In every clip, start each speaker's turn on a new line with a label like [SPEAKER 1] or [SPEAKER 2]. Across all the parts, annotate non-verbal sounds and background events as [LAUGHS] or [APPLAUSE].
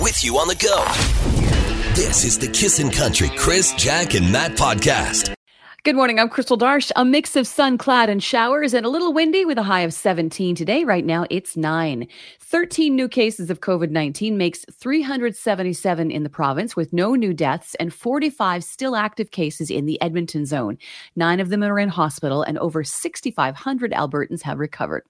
[SPEAKER 1] with you on the go. This is the Kissin' Country Chris, Jack, and Matt podcast.
[SPEAKER 2] Good morning. I'm Crystal Darsh. A mix of sun, cloud, and showers, and a little windy with a high of 17 today. Right now, it's nine. 13 new cases of COVID 19 makes 377 in the province with no new deaths and 45 still active cases in the Edmonton zone. Nine of them are in hospital, and over 6,500 Albertans have recovered.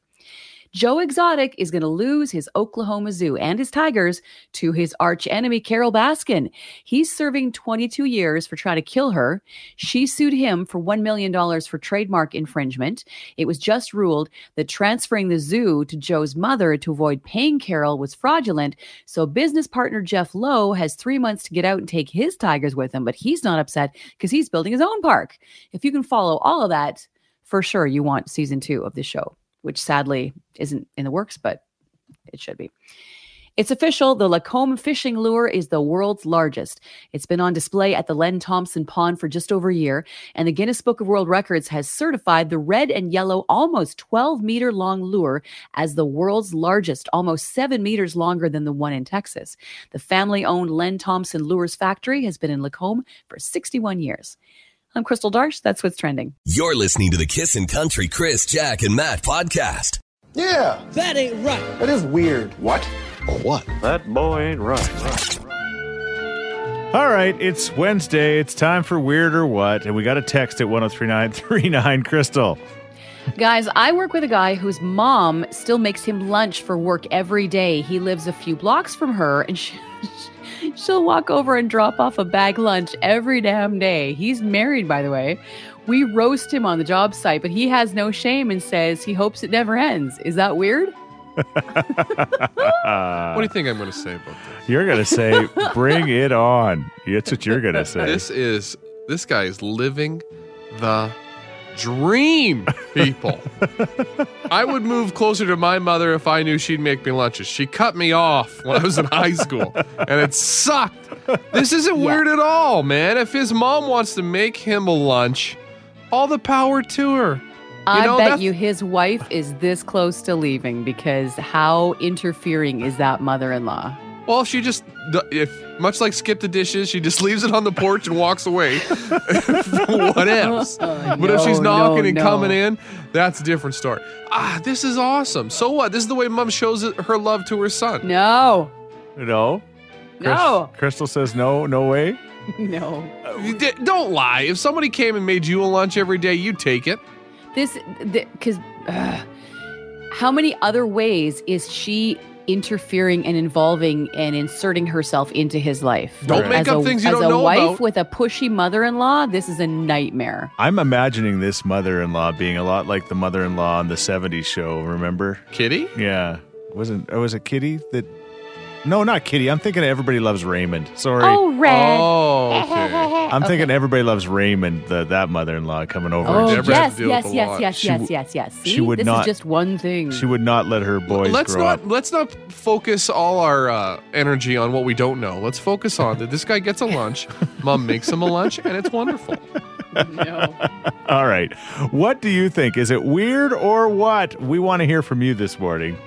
[SPEAKER 2] Joe Exotic is going to lose his Oklahoma Zoo and his tigers to his arch enemy, Carol Baskin. He's serving 22 years for trying to kill her. She sued him for $1 million for trademark infringement. It was just ruled that transferring the zoo to Joe's mother to avoid paying Carol was fraudulent. So business partner Jeff Lowe has three months to get out and take his tigers with him, but he's not upset because he's building his own park. If you can follow all of that, for sure you want season two of the show which sadly isn't in the works, but it should be. It's official. The Lacombe fishing lure is the world's largest. It's been on display at the Len Thompson Pond for just over a year, and the Guinness Book of World Records has certified the red and yellow, almost 12 meter long lure as the world's largest, almost seven meters longer than the one in Texas. The family owned Len Thompson Lures Factory has been in Lacombe for 61 years. I'm Crystal Darsh. That's what's trending.
[SPEAKER 1] You're listening to the Kissin' Country Chris, Jack, and Matt podcast.
[SPEAKER 3] Yeah,
[SPEAKER 4] That ain't right.
[SPEAKER 3] that is weird. What?
[SPEAKER 5] What?
[SPEAKER 6] That boy ain't right.
[SPEAKER 7] All right, it's Wednesday. It's time for Weird or What, and we got a text at 103939 [LAUGHS] Crystal.
[SPEAKER 2] Guys, I work with a guy whose mom still makes him lunch for work every day. He lives a few blocks from her and she, [LAUGHS] she'll walk over and drop off a bag lunch every damn day. He's married, by the way. We roast him on the job site, but he has no shame and says he hopes it never ends. Is that weird?
[SPEAKER 8] What do you think I'm going to say about this?
[SPEAKER 7] You're going
[SPEAKER 2] [LAUGHS]
[SPEAKER 7] to say, bring it on. That's what you're going to say.
[SPEAKER 8] This is this guy is living the dream, people. I would move closer to my mother if I knew she'd make me lunches. She cut me off when I was in high school, and it sucked. This isn't weird at all, man. If his mom wants to make him a lunch, all the power to her.
[SPEAKER 2] I
[SPEAKER 8] know,
[SPEAKER 2] bet
[SPEAKER 8] that's-
[SPEAKER 2] you his wife is this close to leaving because how interfering is that mother in law?
[SPEAKER 8] Well, if she just, if much like skip the dishes, she just [LAUGHS] leaves it on the porch and walks away. [LAUGHS] what
[SPEAKER 2] [LAUGHS]
[SPEAKER 8] else? But if she's
[SPEAKER 2] Oh, no,
[SPEAKER 8] knocking and
[SPEAKER 2] no.
[SPEAKER 8] coming in, that's a different story. Ah, this is awesome. So what? This is the way mom shows it- her love to her son.
[SPEAKER 2] No,
[SPEAKER 7] no?
[SPEAKER 2] no, [LAUGHS]
[SPEAKER 7] Chris- Crystal says, no, no way.
[SPEAKER 2] no.
[SPEAKER 8] You di- don't lie. If somebody came and made you a lunch every day, you take it.
[SPEAKER 2] this because how many other ways is she interfering and involving and inserting herself into his life
[SPEAKER 8] Don't
[SPEAKER 2] Like,
[SPEAKER 8] make
[SPEAKER 2] as
[SPEAKER 8] up
[SPEAKER 2] a-
[SPEAKER 8] things you
[SPEAKER 2] as
[SPEAKER 8] don't
[SPEAKER 2] a
[SPEAKER 8] know
[SPEAKER 2] wife
[SPEAKER 8] about.
[SPEAKER 2] with a pushy mother-in-law this is a nightmare
[SPEAKER 7] I'm imagining this mother in law being a lot like the mother in law on the 70s show, remember? [LAUGHS]
[SPEAKER 8] Kitty?
[SPEAKER 7] Yeah. Wasn't, oh, was it Kitty that. No, not Kitty. I'm thinking of Everybody Loves Raymond. Sorry.
[SPEAKER 2] oh red [LAUGHS] oh,
[SPEAKER 8] Oh, okay.
[SPEAKER 7] I'm thinking Everybody Loves Raymond, the, that mother in law coming over. and
[SPEAKER 8] Deborah had
[SPEAKER 2] Oh, yes
[SPEAKER 8] to deal with
[SPEAKER 2] yes
[SPEAKER 8] a
[SPEAKER 2] yes
[SPEAKER 8] lot.
[SPEAKER 2] yes
[SPEAKER 7] She
[SPEAKER 2] yes
[SPEAKER 7] w-
[SPEAKER 2] yes yes
[SPEAKER 7] she
[SPEAKER 2] See?
[SPEAKER 7] would
[SPEAKER 2] this
[SPEAKER 7] not-
[SPEAKER 2] is just one thing
[SPEAKER 7] She would not let her [LAUGHS] boys
[SPEAKER 8] Let's
[SPEAKER 7] grow
[SPEAKER 8] not
[SPEAKER 7] up.
[SPEAKER 8] let's not focus all our uh, energy on what we don't know. Let's focus on that this guy gets a
[SPEAKER 7] [LAUGHS]
[SPEAKER 8] lunch, mom makes him a lunch, and it's wonderful.
[SPEAKER 2] no.
[SPEAKER 7] All right. What do you think? Is it weird or what? We want to hear from you this morning.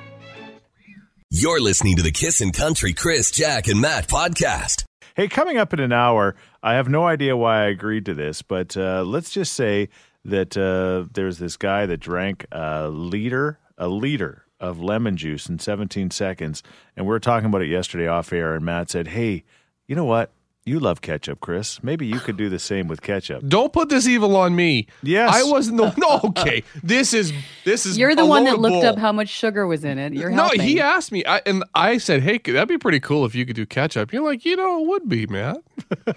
[SPEAKER 1] You're listening to the Kissin' Country Chris, Jack, and Matt podcast.
[SPEAKER 7] Hey, coming up in an hour, I have no idea why I agreed to this, but uh, let's just say that uh, there's this guy that drank a liter, a liter of lemon juice in 17 seconds, and we were talking about it yesterday off air, and Matt said, "Hey, you know what? You love ketchup, Chris. Maybe you could do the same with ketchup."
[SPEAKER 8] Don't put this evil on me.
[SPEAKER 7] Yes.
[SPEAKER 8] I wasn't the no. Okay, this is this is.
[SPEAKER 2] you're
[SPEAKER 8] a
[SPEAKER 2] the one that
[SPEAKER 8] load
[SPEAKER 2] looked
[SPEAKER 8] bull.
[SPEAKER 2] up how much sugar was in it you're
[SPEAKER 8] no,
[SPEAKER 2] helping.
[SPEAKER 8] he asked me, I, and I said, "Hey, that'd be pretty cool if you could do ketchup." You're like, you know, it would be, man.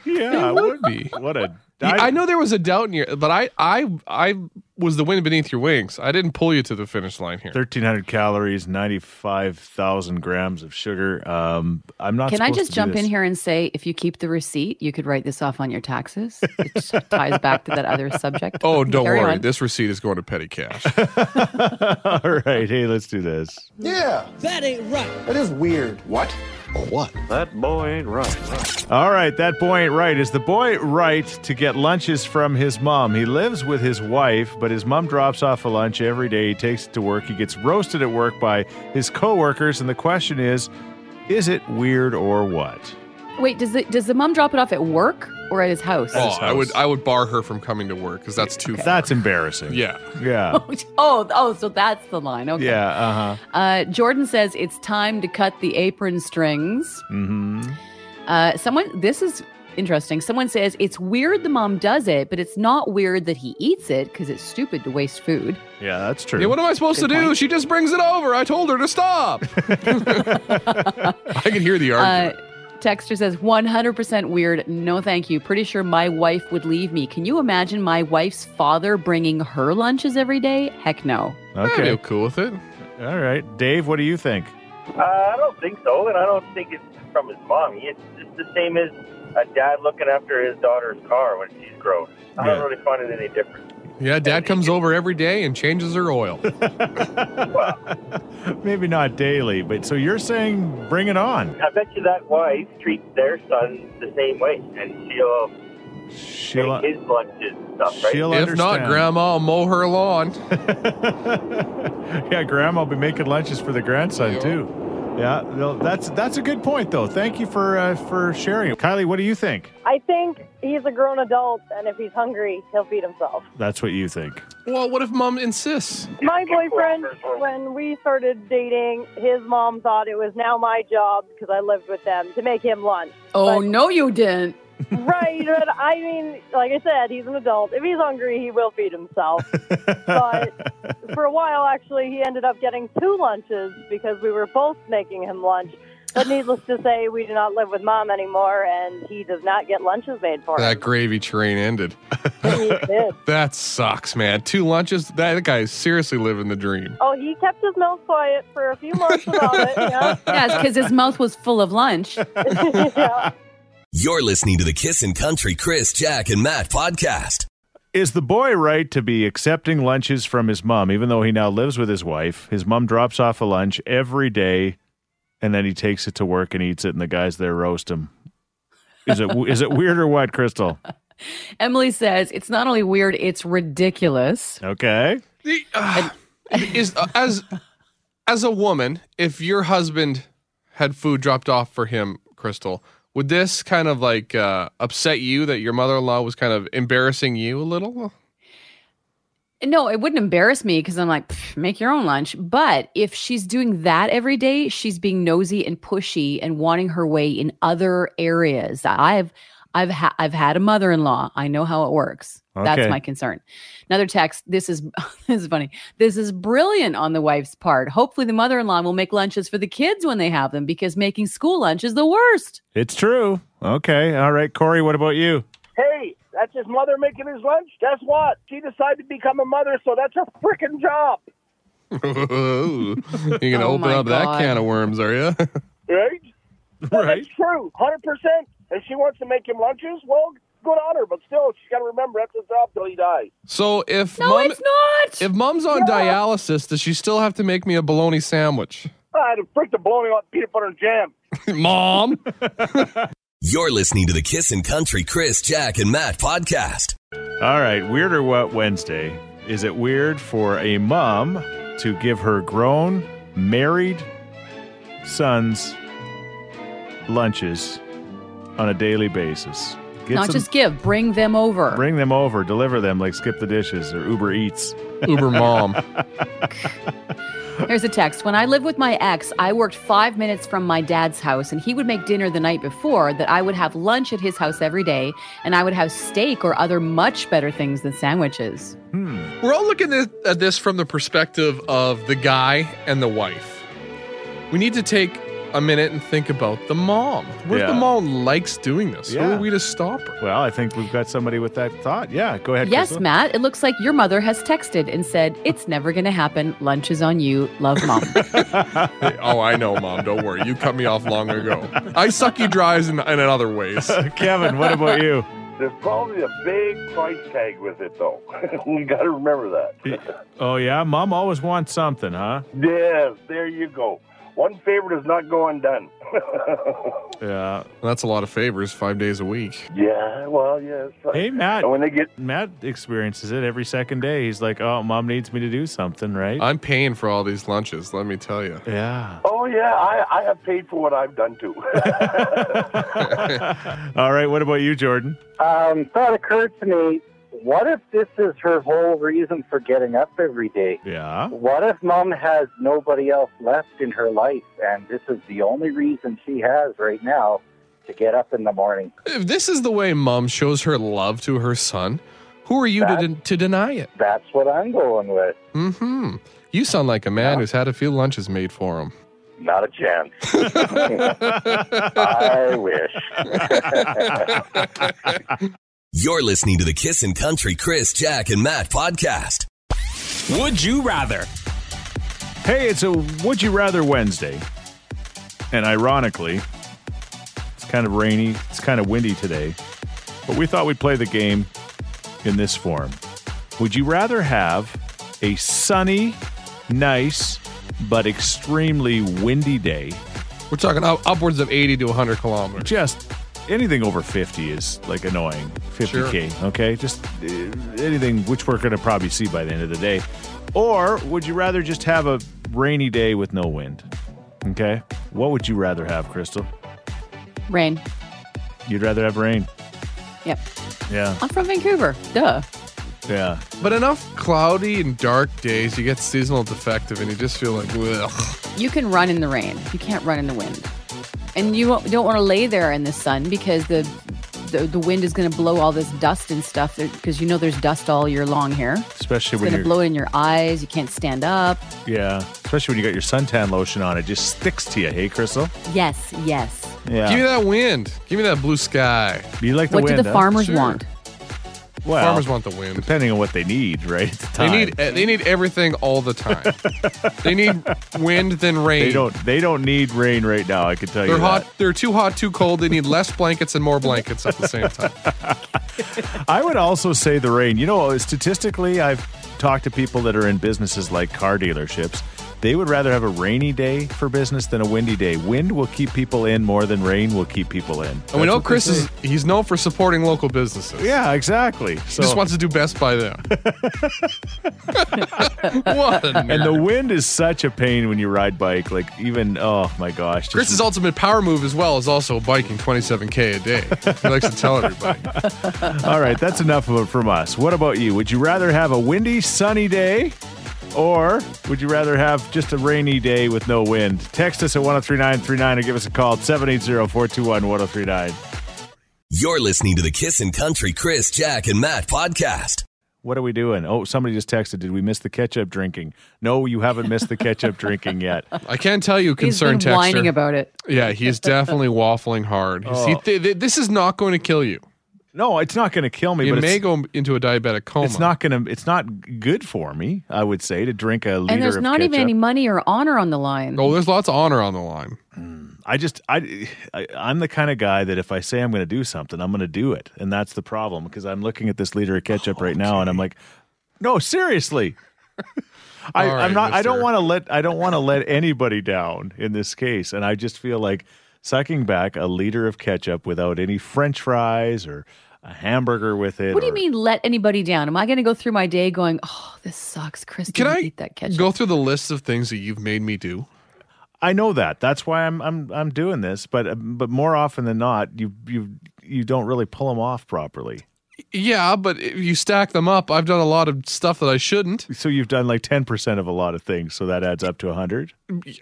[SPEAKER 7] Yeah,
[SPEAKER 8] It would be.
[SPEAKER 7] What a
[SPEAKER 8] I, know there was a doubt in your, but I, I, I was the wind beneath your wings. I didn't pull you to the finish line here.
[SPEAKER 7] 1300 calories 95000 grams of sugar um i'm not
[SPEAKER 2] can i
[SPEAKER 7] supposed
[SPEAKER 2] just
[SPEAKER 7] to do
[SPEAKER 2] jump in
[SPEAKER 7] this.
[SPEAKER 2] here and say if you keep the receipt you could write this off on your taxes it just [LAUGHS] ties back to that other subject
[SPEAKER 8] Oh, don't
[SPEAKER 2] Carry
[SPEAKER 8] worry.
[SPEAKER 2] on.
[SPEAKER 8] This receipt is going to petty
[SPEAKER 7] [LAUGHS]
[SPEAKER 8] cash.
[SPEAKER 7] [LAUGHS] all right hey let's do this
[SPEAKER 3] Yeah,
[SPEAKER 4] That ain't right.
[SPEAKER 3] that is weird. What?
[SPEAKER 5] What?
[SPEAKER 6] That boy ain't right.
[SPEAKER 7] all right that boy ain't right is the boy right to get lunches from his mom he lives with his wife but his mom drops off a lunch every day he takes it to work he gets roasted at work by his coworkers and the question is Is it weird or what?
[SPEAKER 2] Wait, does the does the mom drop it off at work or at his house?
[SPEAKER 8] Oh,
[SPEAKER 7] his
[SPEAKER 8] I would
[SPEAKER 7] house.
[SPEAKER 8] I would bar her from coming to work because that's too. far.
[SPEAKER 7] That's embarrassing.
[SPEAKER 8] yeah.
[SPEAKER 7] Yeah.
[SPEAKER 2] oh, oh, so that's the line. Okay.
[SPEAKER 7] Yeah. Uh huh.
[SPEAKER 2] Uh, Jordan says it's time to cut the apron strings.
[SPEAKER 7] Mm-hmm.
[SPEAKER 2] Uh, someone, this is interesting. Someone says it's weird the mom does it, but it's not weird that he eats it because it's stupid to waste food.
[SPEAKER 7] Yeah, that's true.
[SPEAKER 8] Yeah, what am I supposed
[SPEAKER 2] Good
[SPEAKER 8] to do?
[SPEAKER 2] point.
[SPEAKER 8] She just brings it over. I told her to
[SPEAKER 7] [LAUGHS]
[SPEAKER 8] stop. [LAUGHS] I can hear the
[SPEAKER 2] Uh,
[SPEAKER 8] argument.
[SPEAKER 2] Texter says 100% weird. No, thank you. Pretty sure my wife would leave me. Can you imagine my wife's father bringing her lunches every day? Heck no.
[SPEAKER 8] I'd be
[SPEAKER 7] okay.
[SPEAKER 8] cool with it.
[SPEAKER 7] All right, Dave. What do you think?
[SPEAKER 5] Uh, I don't think so, and I don't think it's from his mommy. It's just the same as a dad looking after his daughter's car when she's grown. I don't
[SPEAKER 7] Yeah.
[SPEAKER 5] really find it any different.
[SPEAKER 8] Yeah, Dad comes over every day and changes her
[SPEAKER 7] [LAUGHS]
[SPEAKER 8] oil.
[SPEAKER 5] Well,
[SPEAKER 7] Maybe not daily, but so you're saying bring it on.
[SPEAKER 5] I bet you that wife treats their son the same way, and she'll
[SPEAKER 7] She'll uh,
[SPEAKER 5] take his lunches and stuff, right?
[SPEAKER 7] she'll uh,
[SPEAKER 8] if
[SPEAKER 7] understand.
[SPEAKER 8] not, Grandma will mow her lawn.
[SPEAKER 7] yeah, Grandma'll be making lunches for the grandson
[SPEAKER 8] Yeah.
[SPEAKER 7] too. Yeah, no, that's that's a good point though. Thank you for uh, for sharing. Kylie, what do you think?
[SPEAKER 9] I think he's a grown adult, and if he's hungry, he'll feed himself.
[SPEAKER 7] That's what you think.
[SPEAKER 8] Well, what if Mom insists?
[SPEAKER 9] My boyfriend, when we started dating, his mom thought it was now my job because I lived with them to make him lunch.
[SPEAKER 2] Oh,
[SPEAKER 9] But-
[SPEAKER 2] no, you didn't.
[SPEAKER 9] right, but I mean, like I said, he's an adult. If he's hungry, he will feed himself. but for a while, actually, he ended up getting two lunches because we were both making him lunch. But needless to say, we do not live with mom anymore, and he does not get lunches made for
[SPEAKER 8] That
[SPEAKER 9] him.
[SPEAKER 8] gravy train ended.
[SPEAKER 9] He did.
[SPEAKER 8] That sucks, man. Two lunches. That guy is seriously living the dream.
[SPEAKER 9] Oh, he kept his mouth quiet for a few months about it. [LAUGHS] Yeah.
[SPEAKER 2] Yes, because his mouth was full of lunch.
[SPEAKER 9] yeah.
[SPEAKER 1] You're listening to the Kissin' Country Chris, Jack, and Matt podcast.
[SPEAKER 7] Is the boy right to be accepting lunches from his mom, even though he now lives with his wife? His mom drops off a lunch every day, and then he takes it to work and eats it, and the guys there roast him. Is it is it weird or what, Crystal?
[SPEAKER 2] Emily says it's not only weird, it's ridiculous.
[SPEAKER 7] [LAUGHS] Okay,
[SPEAKER 8] The- ah, is as as a woman, if your husband had food dropped off for him, Crystal, would this kind of like uh, upset you that your mother-in-law was kind of embarrassing you a little? [LAUGHS]
[SPEAKER 2] No, it wouldn't embarrass me because I'm like, "Pff, make your own lunch. But if she's doing that every day, she's being nosy and pushy and wanting her way in other areas. I've I've ha- I've had a mother-in-law. I know how it works.
[SPEAKER 7] Okay.
[SPEAKER 2] That's my concern. Another text. This is [LAUGHS] this is funny. This is brilliant on the wife's part. Hopefully, the mother-in-law will make lunches for the kids when they have them because making school lunch is the worst.
[SPEAKER 7] it's true. Okay, all right, Corey. What about [LAUGHS] you?
[SPEAKER 5] Hey, that's his mother making his lunch. Guess what? She decided to become a mother, so that's her freaking job,
[SPEAKER 8] You're gonna
[SPEAKER 2] Oh
[SPEAKER 8] open
[SPEAKER 2] my
[SPEAKER 8] up that
[SPEAKER 2] God.
[SPEAKER 8] can of worms, are you? [LAUGHS]
[SPEAKER 5] right? That's true, hundred percent. And she wants to make him lunches. Well, good on her, but still, she's got to remember that's his job till he dies.
[SPEAKER 8] so if
[SPEAKER 2] No,
[SPEAKER 8] mom,
[SPEAKER 2] it's not.
[SPEAKER 8] if mom's on dialysis, does she still have to make me a bologna sandwich?
[SPEAKER 5] Ah, I had a freaking blowing on peanut butter and
[SPEAKER 8] [LAUGHS]
[SPEAKER 5] jam.
[SPEAKER 8] Mom,
[SPEAKER 1] You're listening to the Kissin' Country Chris, Jack, and Matt podcast.
[SPEAKER 7] All right, Weird or What Wednesday. Is it weird for a mom to give her grown, married sons lunches on a daily basis? Get
[SPEAKER 2] Not
[SPEAKER 7] some-
[SPEAKER 2] just give. Bring them over.
[SPEAKER 7] [LAUGHS] bring them over, deliver them like Skip the Dishes or Uber Eats.
[SPEAKER 8] [LAUGHS] Uber mom.
[SPEAKER 2] Here's a text. When I lived with my ex, I worked five minutes from my dad's house, and he would make dinner the night before that I would have lunch at his house every day, and I would have steak or other much better things than sandwiches.
[SPEAKER 7] Hmm.
[SPEAKER 8] We're all looking at at this from the perspective of the guy and the wife. We need to take a minute and think about the mom. What if
[SPEAKER 7] Yeah.
[SPEAKER 8] the mom likes doing this? Who
[SPEAKER 7] Yeah.
[SPEAKER 8] are we to stop her?
[SPEAKER 7] Well, I think we've got somebody with that thought. Yeah, go ahead.
[SPEAKER 2] Yes,
[SPEAKER 7] Crystal.
[SPEAKER 2] Matt, it looks like your mother has texted and said, It's never going to happen. Lunch is on you. Love, mom.
[SPEAKER 8] Hey, oh, I know, mom. Don't worry. You cut me off long ago. I suck you dries in, in other ways.
[SPEAKER 7] [LAUGHS] Kevin, what about [LAUGHS] you?
[SPEAKER 5] There's probably a big price tag with it, though. [LAUGHS] we got to remember that.
[SPEAKER 7] Oh, yeah, mom always wants something, huh?
[SPEAKER 5] Yes, there you go. One favor does not go undone. [LAUGHS]
[SPEAKER 7] Yeah.
[SPEAKER 8] [LAUGHS] That's a lot of favors, five days a week.
[SPEAKER 5] yeah, well, yes.
[SPEAKER 7] Hey, Matt.
[SPEAKER 5] And when they get
[SPEAKER 7] Matt experiences it every second day. He's like, "Oh, mom needs me to do something, right?"
[SPEAKER 8] [LAUGHS] I'm paying for all these lunches, let me tell you.
[SPEAKER 7] yeah. [LAUGHS]
[SPEAKER 5] Oh yeah, I, I have paid for what I've done too. [LAUGHS]
[SPEAKER 7] All right. What about you, Jordan?
[SPEAKER 10] Um, thought occurred to me, what if this is her whole reason for getting up every day?
[SPEAKER 7] Yeah.
[SPEAKER 10] What if mom has nobody else left in her life and this is the only reason she has right now to get up in the morning?
[SPEAKER 8] If this is the way mom shows her love to her son, who are you to, de- to deny it?
[SPEAKER 10] That's what I'm going with.
[SPEAKER 8] hmm You sound like a man who's had a few lunches made for him.
[SPEAKER 10] Not a chance. [LAUGHS] I wish.
[SPEAKER 1] You're listening to the Kissin' Country Chris, Jack, and Matt podcast.
[SPEAKER 11] Would you rather?
[SPEAKER 7] Hey, it's a Would You Rather Wednesday. And ironically, it's kind of rainy, it's kind of windy today, but we thought we'd play the game in this form. Would you rather have a sunny, nice, but extremely windy day?
[SPEAKER 8] We're talking up- upwards of 80 to 100 kilometers.
[SPEAKER 7] Just anything over 50 is like annoying. 50K, okay? Just uh, anything, which we're going to probably see by the end of the day. Or would you rather just have a rainy day with no wind? Okay? What would you rather have, Crystal?
[SPEAKER 2] Rain.
[SPEAKER 7] You'd rather have rain.
[SPEAKER 2] Yep.
[SPEAKER 7] Yeah.
[SPEAKER 2] I'm from Vancouver. Duh.
[SPEAKER 7] Yeah.
[SPEAKER 8] But enough cloudy and dark days, you get seasonal defective and you just feel like, ugh.
[SPEAKER 2] You can run in the rain. You can't run in the wind. And you won't- don't want to lay there in the sun because the the, the wind is going to blow all this dust and stuff because you know there's dust all year long here.
[SPEAKER 7] Especially
[SPEAKER 2] It's
[SPEAKER 7] when
[SPEAKER 2] going to
[SPEAKER 7] you're
[SPEAKER 2] blow in your eyes. You can't stand up.
[SPEAKER 7] Yeah. Especially when you got your suntan lotion on, it just sticks to you, hey Crystal?
[SPEAKER 2] Yes, yes.
[SPEAKER 7] Yeah.
[SPEAKER 8] Give me that wind. Give me that blue sky.
[SPEAKER 7] you like the
[SPEAKER 2] what
[SPEAKER 7] wind,
[SPEAKER 2] do the
[SPEAKER 7] huh?
[SPEAKER 2] farmers
[SPEAKER 8] Sure.
[SPEAKER 2] want?
[SPEAKER 7] well,
[SPEAKER 8] Farmers want the wind.
[SPEAKER 7] depending on what they need, right? At the
[SPEAKER 8] They
[SPEAKER 7] time.
[SPEAKER 8] need e-, they need everything all the
[SPEAKER 7] [LAUGHS]
[SPEAKER 8] time. they need wind then rain.
[SPEAKER 7] they don't they don't need rain right now, I can tell
[SPEAKER 8] They're
[SPEAKER 7] you.
[SPEAKER 8] hot.
[SPEAKER 7] that.
[SPEAKER 8] They're too hot, too cold. They need less blankets and more blankets at the same time.
[SPEAKER 7] I would also say the rain. You know, statistically, I've talked to people that are in businesses like car dealerships. They would rather have a rainy day for business than a windy day. Wind will keep people in more than rain will keep people in.
[SPEAKER 8] And we
[SPEAKER 7] That's
[SPEAKER 8] know
[SPEAKER 7] what they
[SPEAKER 8] Chris
[SPEAKER 7] say.
[SPEAKER 8] is he's known for supporting local businesses.
[SPEAKER 7] Yeah, exactly.
[SPEAKER 8] He
[SPEAKER 7] So,
[SPEAKER 8] just wants to do best by
[SPEAKER 7] [LAUGHS]
[SPEAKER 8] them. what a
[SPEAKER 7] and
[SPEAKER 8] nerd.
[SPEAKER 7] the wind is such a pain when you ride bike. Like even oh my gosh, just-
[SPEAKER 8] Chris's ultimate power move as well is also biking 27k a day. He likes to tell everybody.
[SPEAKER 7] all right. That's enough of it from us. What about you? Would you rather have a windy, sunny day? Or would you rather have just a rainy day with no wind? Text us at 103939 or give us a call at 780 421 1039.
[SPEAKER 1] You're listening to the Kissin' Country Chris, Jack, and Matt podcast.
[SPEAKER 7] What are we doing? Oh, somebody just texted. Did we miss the ketchup drinking? No, you haven't missed the
[SPEAKER 8] [LAUGHS]
[SPEAKER 7] ketchup drinking yet.
[SPEAKER 8] I can tell you,
[SPEAKER 2] He's
[SPEAKER 8] concerned
[SPEAKER 2] been whining
[SPEAKER 8] texter.
[SPEAKER 2] about it. [LAUGHS]
[SPEAKER 8] yeah, he's definitely waffling hard. He's-
[SPEAKER 7] Oh.
[SPEAKER 8] he th- th- this is not going to kill you.
[SPEAKER 7] No, it's not going to kill me.
[SPEAKER 8] You
[SPEAKER 7] but
[SPEAKER 8] may
[SPEAKER 7] it's,
[SPEAKER 8] go into a diabetic coma.
[SPEAKER 7] it's not going to. It's not good for me. I would say to drink a liter
[SPEAKER 2] And there's
[SPEAKER 7] of
[SPEAKER 2] not even
[SPEAKER 7] ketchup.
[SPEAKER 2] any money or honor on the line.
[SPEAKER 8] Oh, there's lots of honor on the line.
[SPEAKER 7] I just I, I I'm the kind of guy that if I say I'm going to do something, I'm going to do it, and that's the problem because I'm looking at this liter of ketchup right now, and I'm like,
[SPEAKER 2] [LAUGHS]
[SPEAKER 7] no, seriously. I,
[SPEAKER 8] All right,
[SPEAKER 7] I'm not. I don't
[SPEAKER 8] mister.
[SPEAKER 7] want to let. I don't want to let anybody down in this case, and I just feel like sucking back a liter of ketchup without any French fries or a hamburger with it.
[SPEAKER 2] What do
[SPEAKER 7] or-
[SPEAKER 2] you mean let anybody down? Am I going to go through my day going, oh, this sucks, Chris?
[SPEAKER 8] Can
[SPEAKER 2] didn't
[SPEAKER 8] I
[SPEAKER 2] eat that ketchup?
[SPEAKER 8] go through the list of things that you've made me do?
[SPEAKER 7] I know that. That's why I'm I'm I'm doing this. But but more often than not, you you you don't really pull them off properly.
[SPEAKER 8] Yeah, but if you stack them up, I've done a lot of stuff that I shouldn't.
[SPEAKER 7] So you've done like 10% of a lot of things, so that adds up to 100.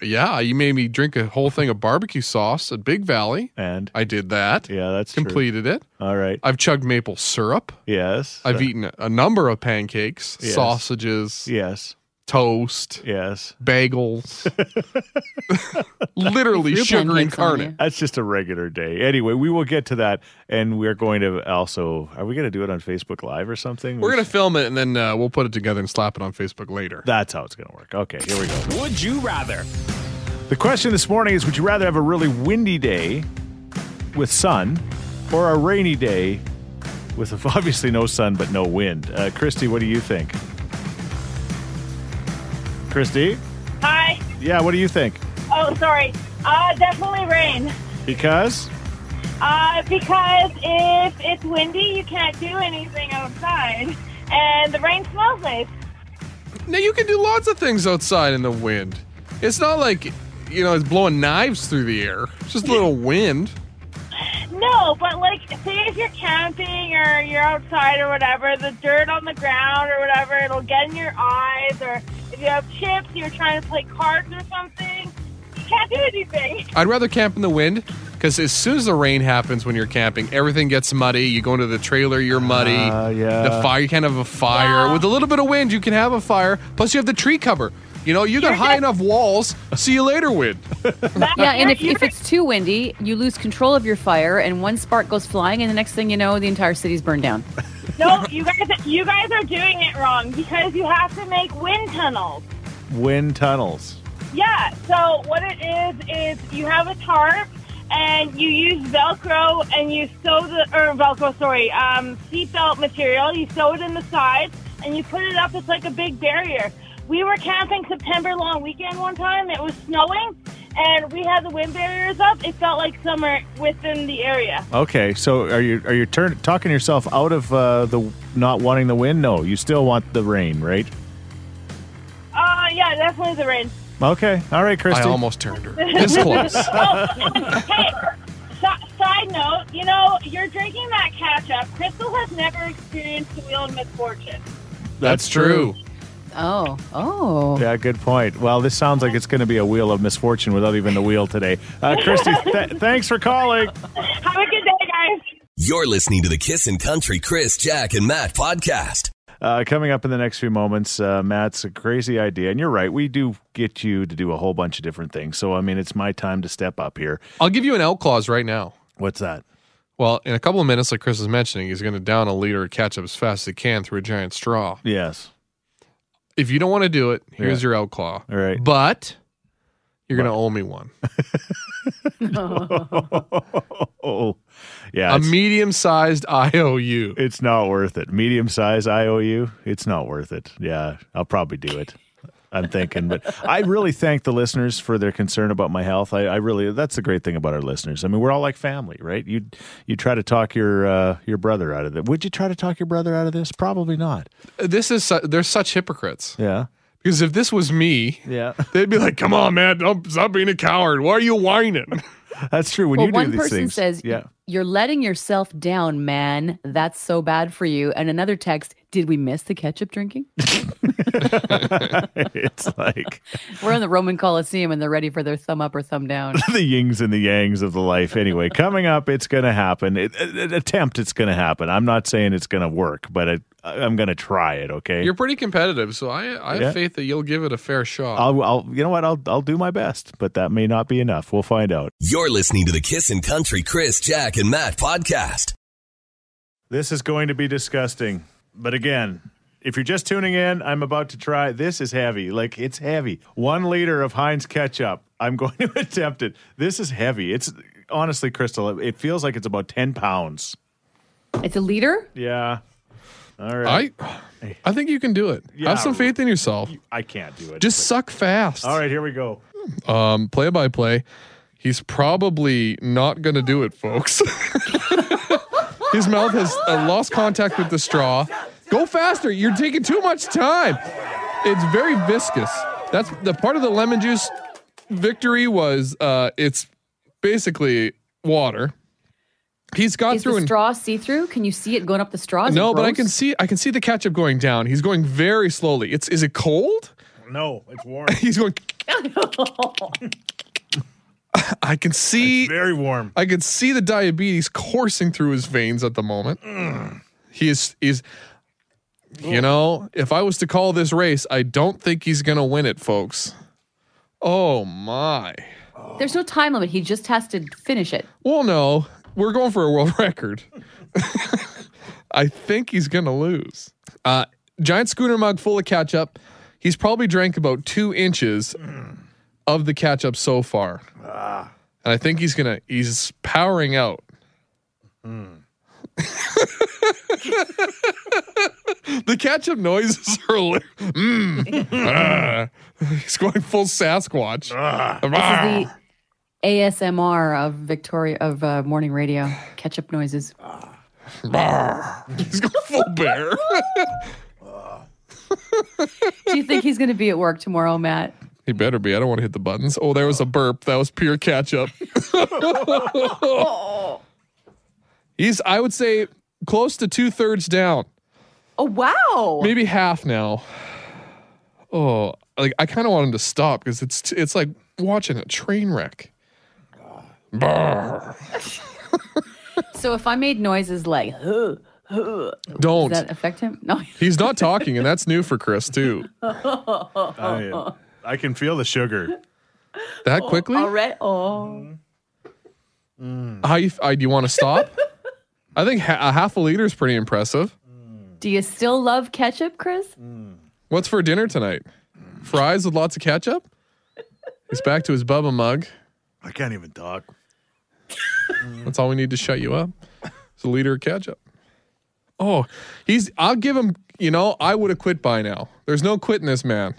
[SPEAKER 8] Yeah, you made me drink a whole thing of barbecue sauce at Big Valley.
[SPEAKER 7] And
[SPEAKER 8] I did that.
[SPEAKER 7] yeah, that's true.
[SPEAKER 8] completed it.
[SPEAKER 7] All right.
[SPEAKER 8] I've chugged maple syrup.
[SPEAKER 7] Yes.
[SPEAKER 8] I've eaten a number of pancakes,
[SPEAKER 7] Yes.
[SPEAKER 8] sausages,
[SPEAKER 7] Yes.
[SPEAKER 8] toast,
[SPEAKER 7] Yes. [LAUGHS]
[SPEAKER 8] bagels. [LAUGHS] Literally
[SPEAKER 2] Threw
[SPEAKER 8] sugar
[SPEAKER 2] pancakes on
[SPEAKER 8] incarnate.
[SPEAKER 2] you.
[SPEAKER 7] That's just a regular day. Anyway, we will get to that and we're going to also are we going to do it on Facebook live or something?
[SPEAKER 8] We're going to film it and then uh, we'll put it together and slap it on Facebook later.
[SPEAKER 7] That's how it's going to work. Okay, here we go.
[SPEAKER 11] Would you rather?
[SPEAKER 7] The question this morning is would you rather have a really windy day with sun or a rainy day with [LAUGHS] obviously no sun but no wind? Uh, Christy, what do you think? Christy?
[SPEAKER 9] Hi.
[SPEAKER 7] Yeah, what do you think?
[SPEAKER 9] Oh, sorry. Uh, definitely rain.
[SPEAKER 7] Because?
[SPEAKER 9] Uh, because if it's windy, you can't do anything outside, and the rain smells nice.
[SPEAKER 8] Now you can do lots of things outside in the wind. It's not like you know it's blowing knives through the air. It's just a little wind.
[SPEAKER 9] No, but like, say if you're camping or you're outside or whatever, the dirt on the ground or whatever, it'll get in your eyes. Or if you have chips, you're trying to play cards or something, you can't do anything.
[SPEAKER 8] I'd rather camp in the wind because as soon as the rain happens when you're camping, everything gets muddy. You go into the trailer, you're muddy.
[SPEAKER 7] Ah, yeah.
[SPEAKER 8] The fire, you can't have a fire. With a little bit of wind, you can have a fire. Plus, you have the tree cover. You know, you got high enough walls. See you later, wind.
[SPEAKER 2] [LAUGHS] Yeah, and if, if it's too windy, you lose control of your fire, and one spark goes flying, and the next thing you know, the entire city's burned down.
[SPEAKER 9] No, you guys, you guys are doing it wrong because you have to make wind tunnels.
[SPEAKER 7] Wind tunnels.
[SPEAKER 9] Yeah. So what it is is you have a tarp and you use Velcro and you sew the or Velcro, sorry, um, seatbelt material. You sew it in the sides and you put it up. It's like a big barrier. We were camping September long weekend one time. It was snowing and we had the wind barriers up. It felt like summer within the area.
[SPEAKER 7] Okay, so are you are you turn, talking yourself out of uh, the not wanting the wind? No, you still want the rain, right?
[SPEAKER 9] Uh, yeah, definitely the rain.
[SPEAKER 7] Okay, all right, Christy.
[SPEAKER 8] I almost turned her. This
[SPEAKER 7] [LAUGHS]
[SPEAKER 9] [LAUGHS]
[SPEAKER 8] close.
[SPEAKER 9] Oh, hey, si- side note, you know, you're drinking that catch up. Crystal has never experienced the wheel of misfortune.
[SPEAKER 8] That's true.
[SPEAKER 2] [LAUGHS] Oh, oh.
[SPEAKER 7] Yeah, good point. Well, this sounds like it's going to be a wheel of misfortune without even the wheel today. Uh, Christy, th- thanks for calling.
[SPEAKER 9] Have a good day, guys.
[SPEAKER 1] You're listening to the Kissin' Country Chris, Jack, and Matt podcast.
[SPEAKER 7] Uh, coming up in the next few moments, uh, Matt's a crazy idea, and you're right. We do get you to do a whole bunch of different things. So, I mean, it's my time to step up here.
[SPEAKER 8] I'll give you an out clause right now.
[SPEAKER 7] What's that?
[SPEAKER 8] Well, in a couple of minutes, like Chris was mentioning, he's going to down a liter of ketchup as fast as he can through a giant straw.
[SPEAKER 7] Yes.
[SPEAKER 8] If you don't want to do it, here's your out claw.
[SPEAKER 7] All right.
[SPEAKER 8] But you're going to owe me one.
[SPEAKER 7] Oh, yeah.
[SPEAKER 8] a
[SPEAKER 7] It's,
[SPEAKER 8] medium [LAUGHS] sized IOU.
[SPEAKER 7] it's not worth it. Medium size IOU. It's not worth it. Yeah, I'll probably do it. I'm thinking, but I really thank the listeners for their concern about my health. I, I really, that's the great thing about our listeners. I mean, we're all like family, right? You, you try to talk your uh, your brother out of it. Would you try to talk your brother out of this? Probably not.
[SPEAKER 8] This is, su- they're such hypocrites.
[SPEAKER 7] Yeah.
[SPEAKER 8] Because if this was me,
[SPEAKER 7] Yeah,
[SPEAKER 8] they'd be like, come on, man, don't, stop being a coward. Why are you whining?
[SPEAKER 7] [LAUGHS] that's true. When
[SPEAKER 2] Well,
[SPEAKER 7] you do
[SPEAKER 2] one
[SPEAKER 7] these
[SPEAKER 2] person
[SPEAKER 7] things,
[SPEAKER 2] says,
[SPEAKER 7] "Yeah, [LAUGHS]
[SPEAKER 2] You're letting yourself down, man. That's so bad for you. And another text, Did we miss the ketchup
[SPEAKER 7] [LAUGHS]
[SPEAKER 2] drinking?
[SPEAKER 7] it's like
[SPEAKER 2] We're in the Roman Colosseum and they're ready for their thumb up or thumb down.
[SPEAKER 7] [LAUGHS] the yings and the yangs of the life." Anyway, coming up, it's going to happen. It, it- it- attempt, it's going to happen. I'm not saying it's going to work, but I, I'm going to try it.
[SPEAKER 8] [LAUGHS]
[SPEAKER 7] Okay,
[SPEAKER 8] You're pretty competitive, so I, I have
[SPEAKER 7] Yeah.
[SPEAKER 8] faith that you'll give it a fair shot.
[SPEAKER 7] I'll, I'll, you know what? I'll, I'll do my best, but that may not be enough. We'll find out.
[SPEAKER 1] You're listening to the Kissin' Country Chris, Jack, and Matt podcast.
[SPEAKER 7] This is going to be disgusting. But again, if you're just tuning in, I'm about to try. This is heavy. Like, it's heavy. One liter of Heinz ketchup. I'm [LAUGHS] going to attempt it. This is heavy. It's honestly, Crystal, it feels like it's about 10 pounds.
[SPEAKER 2] It's a leader?
[SPEAKER 7] [LAUGHS] Yeah. All right. [SIGHS]
[SPEAKER 8] I, I think you can do it.
[SPEAKER 7] Yeah.
[SPEAKER 8] Have some faith in yourself.
[SPEAKER 7] I, can't do it.
[SPEAKER 8] Just suck fast.
[SPEAKER 7] All right, here we go.
[SPEAKER 8] Um, play by play. He's probably not going to do it, folks. [LAUGHS] His mouth has uh, lost contact with the straw. Go faster. You're taking too much time. It's very viscous. That's the part of the lemon juice victory was uh, it's basically water. He's got
[SPEAKER 2] Is
[SPEAKER 8] through
[SPEAKER 2] the
[SPEAKER 8] and
[SPEAKER 2] straw see through? Can you see it going up the straw? Is it
[SPEAKER 8] no, but I
[SPEAKER 2] gross?
[SPEAKER 8] can see I can see the ketchup going down. He's going very slowly. It's is it cold? [LAUGHS]
[SPEAKER 7] No, it's warm.
[SPEAKER 8] He's
[SPEAKER 2] [LAUGHS]
[SPEAKER 8] going. [LAUGHS] I can see
[SPEAKER 7] Very warm.
[SPEAKER 8] I could see the diabetes coursing through his veins at the moment. He is is you know, if I was to call this race, I don't think he's gonna win it, folks. Oh my.
[SPEAKER 2] There's no time limit. He just has to finish it.
[SPEAKER 8] Well no, we're going for a world [LAUGHS] record. I think he's gonna lose. Uh giant schooner mug full of ketchup. He's probably drank about two inches of the ketchup so far. And I think he's gonna he's [LAUGHS] powering out. the catch-up noises [LAUGHS] are lit- mm, [LAUGHS] ah. he's going full Sasquatch.
[SPEAKER 2] This is
[SPEAKER 8] Ah.
[SPEAKER 2] the ASMR of Victoria of uh, morning radio. Catch up noises.
[SPEAKER 8] Ah. he's going full bear.
[SPEAKER 2] Do you think he's going to be at work tomorrow, Matt?
[SPEAKER 8] he better be. I don't want to hit the buttons. Oh, there was a burp. That was pure catch-up.
[SPEAKER 2] oh,
[SPEAKER 8] [LAUGHS] He's, I would say, close to two thirds down,
[SPEAKER 2] oh wow.
[SPEAKER 8] maybe half now. Oh, like I kind of want him to stop because it's t- it's like watching a train wreck. Brr.
[SPEAKER 2] So if I made noises like, huh, huh,
[SPEAKER 8] Don't.
[SPEAKER 2] does that affect him? [LAUGHS] No.
[SPEAKER 8] He's not talking, and that's new for Chris too. [LAUGHS] Oh.
[SPEAKER 7] I, I can feel the sugar.
[SPEAKER 8] That quickly?
[SPEAKER 2] Already? Oh.
[SPEAKER 8] How you? f- I, do you want to stop? I think ha- a half a liter is pretty impressive.
[SPEAKER 2] Do you still love ketchup, Chris?
[SPEAKER 8] What's for dinner tonight? Fries with lots of ketchup. He's back to his Bubba mug.
[SPEAKER 7] I can't even talk.
[SPEAKER 8] That's all we need to shut you up. It's a liter of ketchup. Oh, he's. I'll give him. You know, I would have quit by now. There's no quitting this man.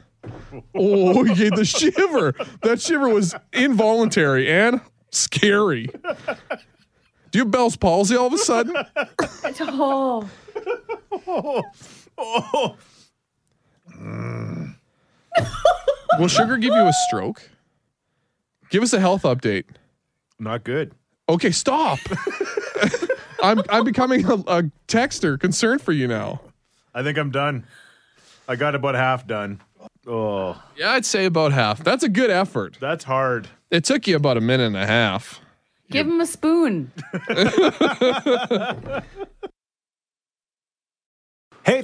[SPEAKER 8] Oh, he gave the shiver. That shiver was involuntary and scary. Do you have Bell's palsy all of a sudden?
[SPEAKER 2] [LAUGHS] Oh.
[SPEAKER 8] Will sugar give you a stroke? Give us a health update.
[SPEAKER 7] Not good.
[SPEAKER 8] Okay, stop. [LAUGHS] I'm I'm becoming a, a texter concerned for you now.
[SPEAKER 7] I think I'm done. I got about half done. Oh,
[SPEAKER 8] Yeah, I'd say about half. That's a good effort.
[SPEAKER 7] that's hard.
[SPEAKER 8] It took you about a minute and a half.
[SPEAKER 2] Give him a spoon.
[SPEAKER 7] Hey,